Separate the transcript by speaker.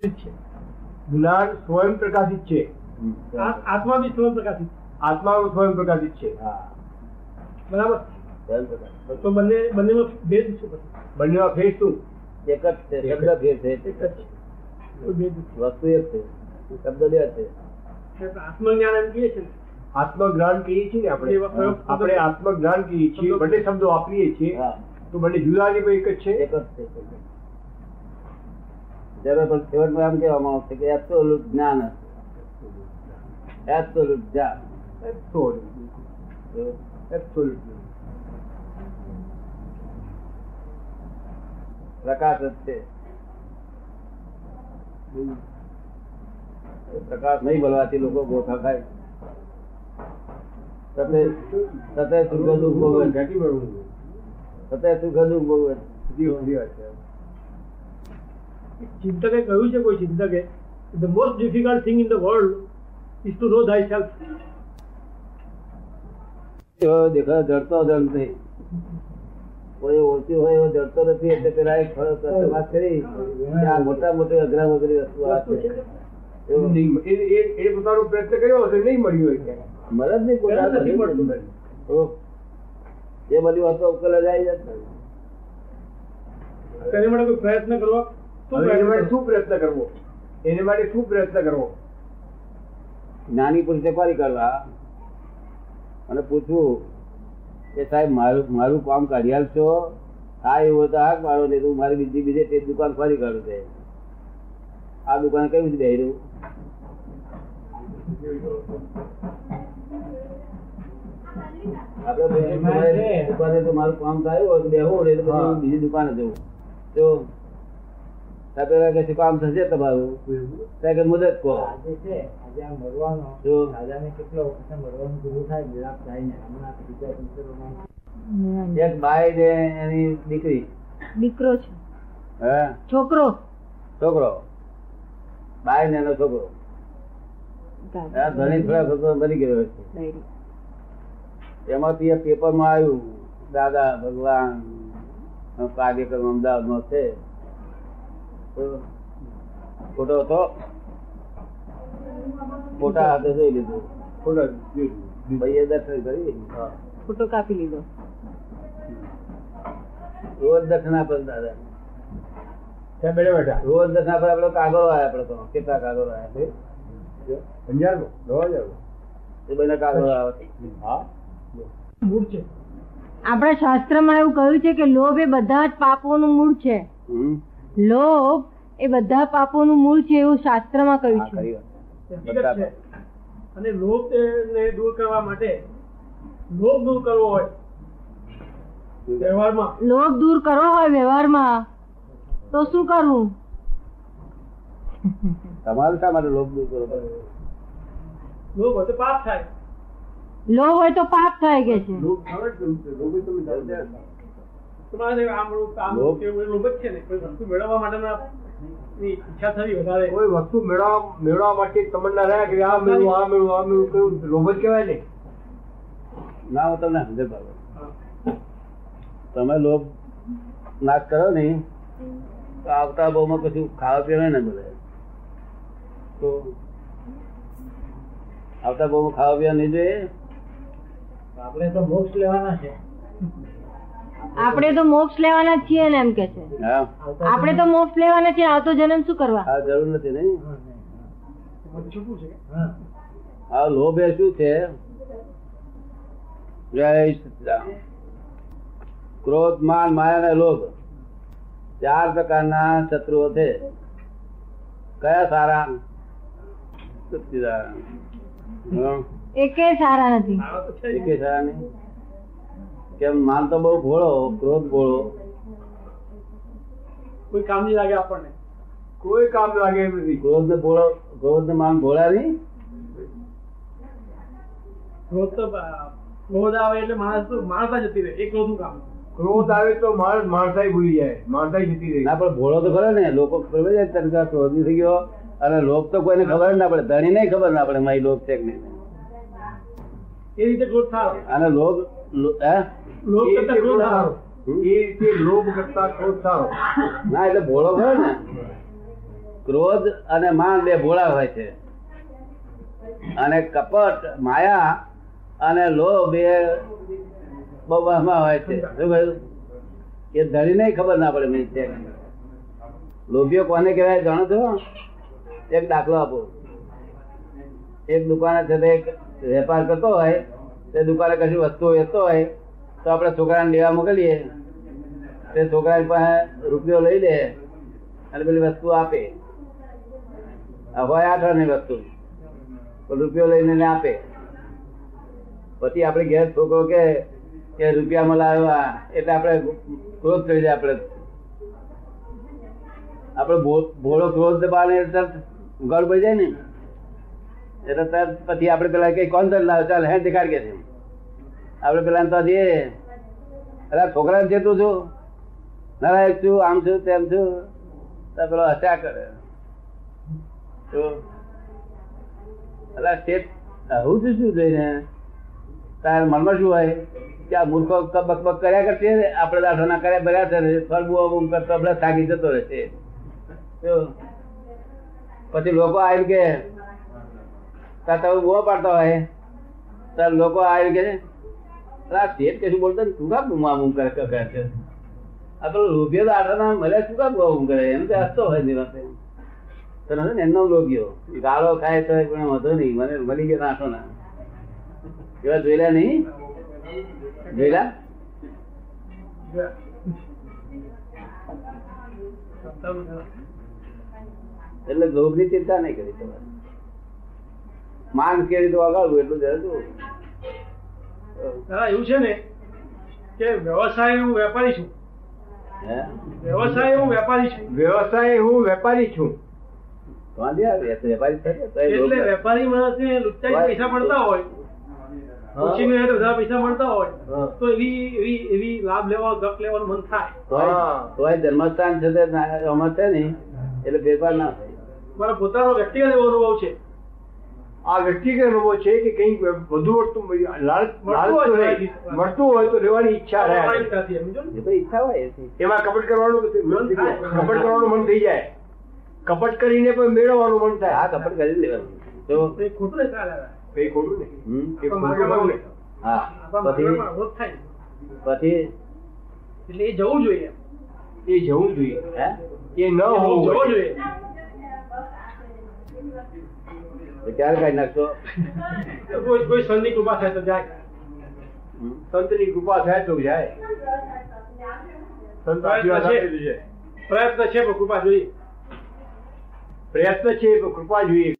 Speaker 1: છે
Speaker 2: જ્ઞાન સ્વયં પ્રકાશિત છે
Speaker 1: આ- આત્મા બી સ્વયં પ્રકાશિત છે.
Speaker 2: આત્મા સ્વયં પ્રકાશિત છે
Speaker 3: હા
Speaker 1: બરાબર
Speaker 3: સ્વયં પ્રકાશ.
Speaker 1: તો બંને બંનેમાં ભેદ શું પછી?
Speaker 2: બંનેમાં ફેર શું
Speaker 3: એક જ છે શબ્દ ફેર છે એક જ
Speaker 1: એક જ
Speaker 3: છે.
Speaker 1: છે. કોઈ ભેદ નથી.
Speaker 3: વસ્તુ એક છે શબ્દ બે છે
Speaker 1: એટલે આત્મજ્ઞાન એમ કહીએ છીએ ને,
Speaker 2: આત્મજ્ઞાન કહીએ છીએ ને
Speaker 1: એ
Speaker 2: આપણે
Speaker 1: વખતે
Speaker 2: આપણે આત્મજ્ઞાન કહીએ છીએ બંને શબ્દો વાપરીએ છીએ
Speaker 3: હા
Speaker 2: તો બંને જુદા જ એક જ છે
Speaker 3: એક જ છે જ્યારે પણ છેવટમાં એમ કહેવામાં આવશે કે એબ્સોલ્યુટ જ્ઞાન હશે એબ્સોલ્યુટ જ્ઞાન
Speaker 2: Absolute.
Speaker 3: તો
Speaker 2: Absolute.
Speaker 3: પ્રકાશ જ છે એ પ્રકાશ નહીં બોલવાથી લોકો ગોથા ખાય સતે સતે સુખ દુઃખ ભોગવે
Speaker 2: ઘાટી બળવું.
Speaker 3: સતે સુખ દુઃખ ભોગવે
Speaker 2: સીધી ઊંધી વાત છે.
Speaker 1: ચિંતકે કહ્યું છે કોઈ ચિંતકે the most difficult thing in the world is to know thyself
Speaker 3: એવો દેખાવ જડતો જ નથી કોઈ ઓળખ્યું હોય એવો જડતો નથી એટલે પેલા એક ફળ કરતો વાત કરી કે આ મોટા મોટી અઘરા વગરી વસ્તુ આ છે એવું
Speaker 2: નહીં, એ એ- એ પોતાનો પ્રયત્ન કર્યો હશે નહીં મળ્યું હોય ક્યાંય.
Speaker 3: મળે જ નહીં કોઈ
Speaker 1: ક્યારે નથી
Speaker 3: દાડો.
Speaker 1: મળતું.
Speaker 3: ઓહ. જે મળ્યું હતું ઉકેલ જ આવી જત ને.
Speaker 1: તેને માટે કોઈ પ્રયત્ન કરવો શું
Speaker 2: હવે એને
Speaker 1: પ્રયત્ન
Speaker 2: માટે
Speaker 1: કરવો?
Speaker 2: શું પ્રયત્ન કરવો એને માટે શું પ્રયત્ન કરવો
Speaker 3: જ્ઞાની પુરુષે કોરી કરવા અને પૂછવું કે સાહેબ મારું મારું કામ કાઢી આપશો હા એવું હોય તો હાક મારો નહીં તો હું મારી બીજી બીજે તે દુકાન ફરી કાઢું છે આ દુકાન કયું છે બેરું આપડે બેહીને દુકાને તો મારું કામ થાય હોય તો બેહું નહીં તો પછી હું બીજી દુકાને જવું તો ત્યાં પેલા કહે છે, કામ થશે તમારું ત્યાં કે મુદત કહો
Speaker 4: આજે છે આજે આ મરવાનો
Speaker 3: જો
Speaker 4: રાજાને કેટલો વખતે મરવાનું પૂરું થાય વિરાપ થાય ને હમણાં બીજા દિવસોમાં
Speaker 3: એક બાઈ ને એની દીકરી
Speaker 5: દીકરો છે
Speaker 3: હે
Speaker 5: છોકરો
Speaker 3: છોકરો બાઈ ને એનો છોકરો આ ધણી થોડા છોકરો બની ગયો છે
Speaker 5: ડાયરી.
Speaker 3: એમાંથી એ પેપરમાં આવ્યું દાદા ભગવાન નો કાર્યક્રમ અમદાવાદમાં છે તો ફોટો હતો ફોટા હાથે જોઈ લીધું
Speaker 2: ખોટા જોઈ
Speaker 3: ભાઈએ દર્શન કરી
Speaker 2: હા.
Speaker 5: ફોટો કાપી લીધો
Speaker 3: રોજ દર્શન આપે દાદા
Speaker 2: ત્યાં બેઠા બેઠા
Speaker 3: રોજ દર્શન આપે આપડે કાગળ આવ્યા આપડે તો કેટલા કાગળ આવ્યા
Speaker 2: સમજાણું? દવા જાણું.
Speaker 3: એ બધા કાગળ આવે
Speaker 2: હા
Speaker 1: મૂળ છે
Speaker 5: આપણા શાસ્ત્રમાં એવું કહ્યું છે કે લોભ એ બધા જ પાપોનું મૂળ છે
Speaker 3: હમ
Speaker 5: લોભ એ બધા પાપોનું મૂળ છે એવું શાસ્ત્રમાં કહ્યું
Speaker 3: હા
Speaker 5: છે
Speaker 3: ખરી વાત
Speaker 1: હકીકત છે અને લોભને દૂર કરવા માટે લોભ દૂર કરવો હોય વ્યવહારમાં
Speaker 5: લોભ દૂર કરવો હોય વ્યવહારમાં તો શું કરવું
Speaker 3: તમારું શા માટે લોભ દૂર કરવો પડે?
Speaker 1: લોભ હોય તો પાપ થાય
Speaker 5: લોભ હોય તો પાપ થાય કે છે
Speaker 2: લોભ આવે જ ગમશે. લોભે તમે જાણતા જ નથી.
Speaker 1: તો ના થાય, આમ લોભ- આમ
Speaker 3: લોભ?
Speaker 1: કેવું એ લોભ જ છે ને કોઈ વસ્તુ મેળવવા માટેના ની ઈચ્છા થવી વધારે
Speaker 2: કોઈ વસ્તુ મેળવવા મેળવવા માટે તમન્ના રહ્યા કે આ મેળવું આ મેળવું આ મેળવું કયું લોભ જ કહેવાય ને
Speaker 3: ના હું તમને સમજણ પાડું.
Speaker 1: હા.
Speaker 3: તમે લોભ નાશ કરો ને તો આવતા બહુમાં કશું ખાવા પીવા ન મળે તો આવતા બહુમાં ખાવા પીવા નહીં જોઈએ
Speaker 4: આપણે તો મોક્ષ લેવાના છે
Speaker 5: આપણે તો મોક્ષ લેવાના જ છીએ ને એમ કે છે
Speaker 3: હા
Speaker 4: આવતા
Speaker 5: આપણે તો મોક્ષ લેવાના છીએ આવતો જન્મ શું કરવા
Speaker 3: આ જરૂર નથી નહીં
Speaker 4: હા, નહીં.
Speaker 1: બધું છૂટું છે
Speaker 4: હા
Speaker 3: આ લોભ એ શું છે જય સચિદાન ક્રોધ માન માયા અને લોભ ચાર પ્રકારના શત્રુઓ છે કયા સારા સચ્ચિદાન
Speaker 5: એકે સારા નથી
Speaker 1: આવા તો છે જ.
Speaker 3: એકે સારા નહીં કેમ માન તો બહુ ભોળો ક્રોધ ભોળો
Speaker 1: કોઈ કામ નહીં લાગે આપણને
Speaker 2: કોઈ કામ લાગે એમ નથી
Speaker 3: ક્રોધ ને ભોળો ક્રોધ ને માન ભોળા નહીં
Speaker 1: ક્રોધ તો અ, ક્રોધ આવે એટલે માણસ તો માણસ જ જતી રહે એ ક્રોધનું કામ
Speaker 2: ક્રોધ આવે તો માણસ માણસાઈ ભૂલી જાય માણસાઈ જતી રહી
Speaker 3: ના પણ ભોળો તો ખરો ને લોકો ખબર છે તને કે આ ક્રોધી થઈ ગયો અને લોભ તો કોઈને ખબર જ ના પડે ધણી નહીં ખબર ના પડે મારી લોભ છે કે નહીં
Speaker 1: એ રીતે ક્રોધ થાય
Speaker 3: અને લોભ લો- હે?
Speaker 1: લોભ
Speaker 2: એ
Speaker 1: કરતા
Speaker 2: રીતે
Speaker 1: ક્રોધ
Speaker 2: ક્રોધ
Speaker 1: આવે
Speaker 2: સારો. એ રીતે લોભ કરતા ક્રોધ સારો
Speaker 3: ના એટલે ભોળો ખરો ને ક્રોધ અને માન બે ભોળા હોય છે અને કપટ માયા અને લોભ બે બહુ વહમાં હોય છે શું કહ્યું? એ ધણીને ખબર ના પડે મને છે. લોભીઓ કોને કહેવાય જાણો છો એક દાખલો આપો એક દુકાને છે તે એક વેપાર કરતો હોય તે દુકાને કશું વસ્તુ વેચતો હોય તો આપણે છોકરાને લેવા મોકલીએ તે છોકરા પાસે રૂપિયો લઈ લે અને પેલી વસ્તુ આપે આ હોય આઠ આની વસ્તુ પણ રૂપિયો લઈને એને આપે પછી આપણે ઘેર છોકરો કે કે રૂપિયામાં લાવ્યો આ એટલે આપણે ક્રોધ થઈ જાય આપણે આપણે ભો- ભોળો ક્રોધ દબાવે એટલે તરત ગળ પડી જાય ને એટલે તરત પછી આપણે પેલા કઈ કોણ તને લાવ્યો ચાલ હે દેખાડ કે છે આપણે પેલા તો જઈએ અરે આ છોકરાને છે તું છું નરાયક છું આમ છું તેમ છું તો પેલો હસ્યા કરે તો અલા શેઠ હું છું શું જોઈને તારા મનમાં શું હોય કે આ મૂર્ખો ક- બકબક કર્યા કરશે ને, આપણે દાઠો ના કર્યા ભર્યા છે ને ફરબુ બૂમ કરતો આપણે થાકી જતો રહેશે તો પછી લોકો આવી કે તાર તમે બૂમો પાડતા હોય તાર લોકો આવી કે "અલા આ શેઠ કશું બોલતો ને તું કા બૂમા બૂમ કરે કરે છે આ પેલો લોભિયો દાઠો ના મળ્યા શું કા બૂમા બૂમ કરે એમ તો હસતો હોય ની વાતે તો નથી ને એમનો લોભિયો ગાળો ખાય તો પણ વધો નહીં મને મળી ગયો નાખો ના એવા જોયેલા નહીં જોયેલા એટલે લોભની ચિંતા નહીં કરી તમારે માન કેવી રીતે વગાડવું એટલું જ હતું.
Speaker 1: દાદા એવું છે ને કે વ્યવસાય હું વેપારી છું
Speaker 3: હે
Speaker 1: વ્યવસાય હું વેપારી છું
Speaker 2: વ્યવસાય હું વેપારી છું
Speaker 3: વાંધો આવે, એ તો વેપારી થશે તો એ લોભ
Speaker 1: એટલે
Speaker 3: લાગે.
Speaker 1: વેપારી માણસને લુચ્ચાઈ પૈસા મળતા હોય ઓછી
Speaker 2: હા.
Speaker 1: બધા પૈસા મળતા હોય
Speaker 2: હા.
Speaker 1: તો એવી એવી એવી લાભ લેવા ગપ લેવાનું મન થાય
Speaker 3: તોય
Speaker 2: હા.
Speaker 3: તોય ધર્મસ્થાન છે તે ના- આમાં છે ને એટલે ફેરફાર ના થાય
Speaker 1: મારા પોતાનો વ્યક્તિગત એવો અનુભવ છે
Speaker 2: આ વ્યક્તિગત અનુભવ છે કે કંઈક વધુ પડતું લાલચ
Speaker 1: મળતું
Speaker 2: લાલચ તો
Speaker 1: હોય તો
Speaker 2: રહે.
Speaker 1: લાગી જતું.
Speaker 2: મળતું હોય તો લેવાની ઈચ્છા રહે
Speaker 1: વાણિજ્યથી, સમજો ને?
Speaker 3: એ તો ઈચ્છા હોય એથી.
Speaker 2: એમાં કપટ કરવાનું મન થઈ જાય. કપટ કરવાનું મન થઈ જાય કપટ કરીને પણ મેળવવાનું મન
Speaker 3: આ
Speaker 2: થાય
Speaker 3: કપટ કરી લેવાનું તો
Speaker 1: એ ખોટું નહીં થાય દાદા.
Speaker 2: કઈ ખોટું નહીં
Speaker 3: હમ?
Speaker 2: એ ખોટું ખોટું નહીં.
Speaker 3: હા
Speaker 1: આપણા
Speaker 3: પછી
Speaker 1: માર્ગમાં અવરોધ થાય
Speaker 3: પછી
Speaker 1: એટલે એ જવું જોઈએ
Speaker 2: એ જવું જોઈએ
Speaker 3: હે
Speaker 2: એ ન
Speaker 1: એ
Speaker 2: હોવું
Speaker 1: જવું
Speaker 2: જોઈએ.
Speaker 1: જોઈએ
Speaker 3: તો ક્યારે કાઢી નાખશો
Speaker 1: તો કોઈ કોઈ સંતની કૃપા થાય તો જાય
Speaker 3: હમ?
Speaker 2: સંતની કૃપા થાય તો જાય સંત આશીર્વાદ આપે તો જાય.
Speaker 1: પ્રયત્ન છે પણ કૃપા જોઈએ
Speaker 2: પ્રયત્ન છે તો કૃપા જોઈએ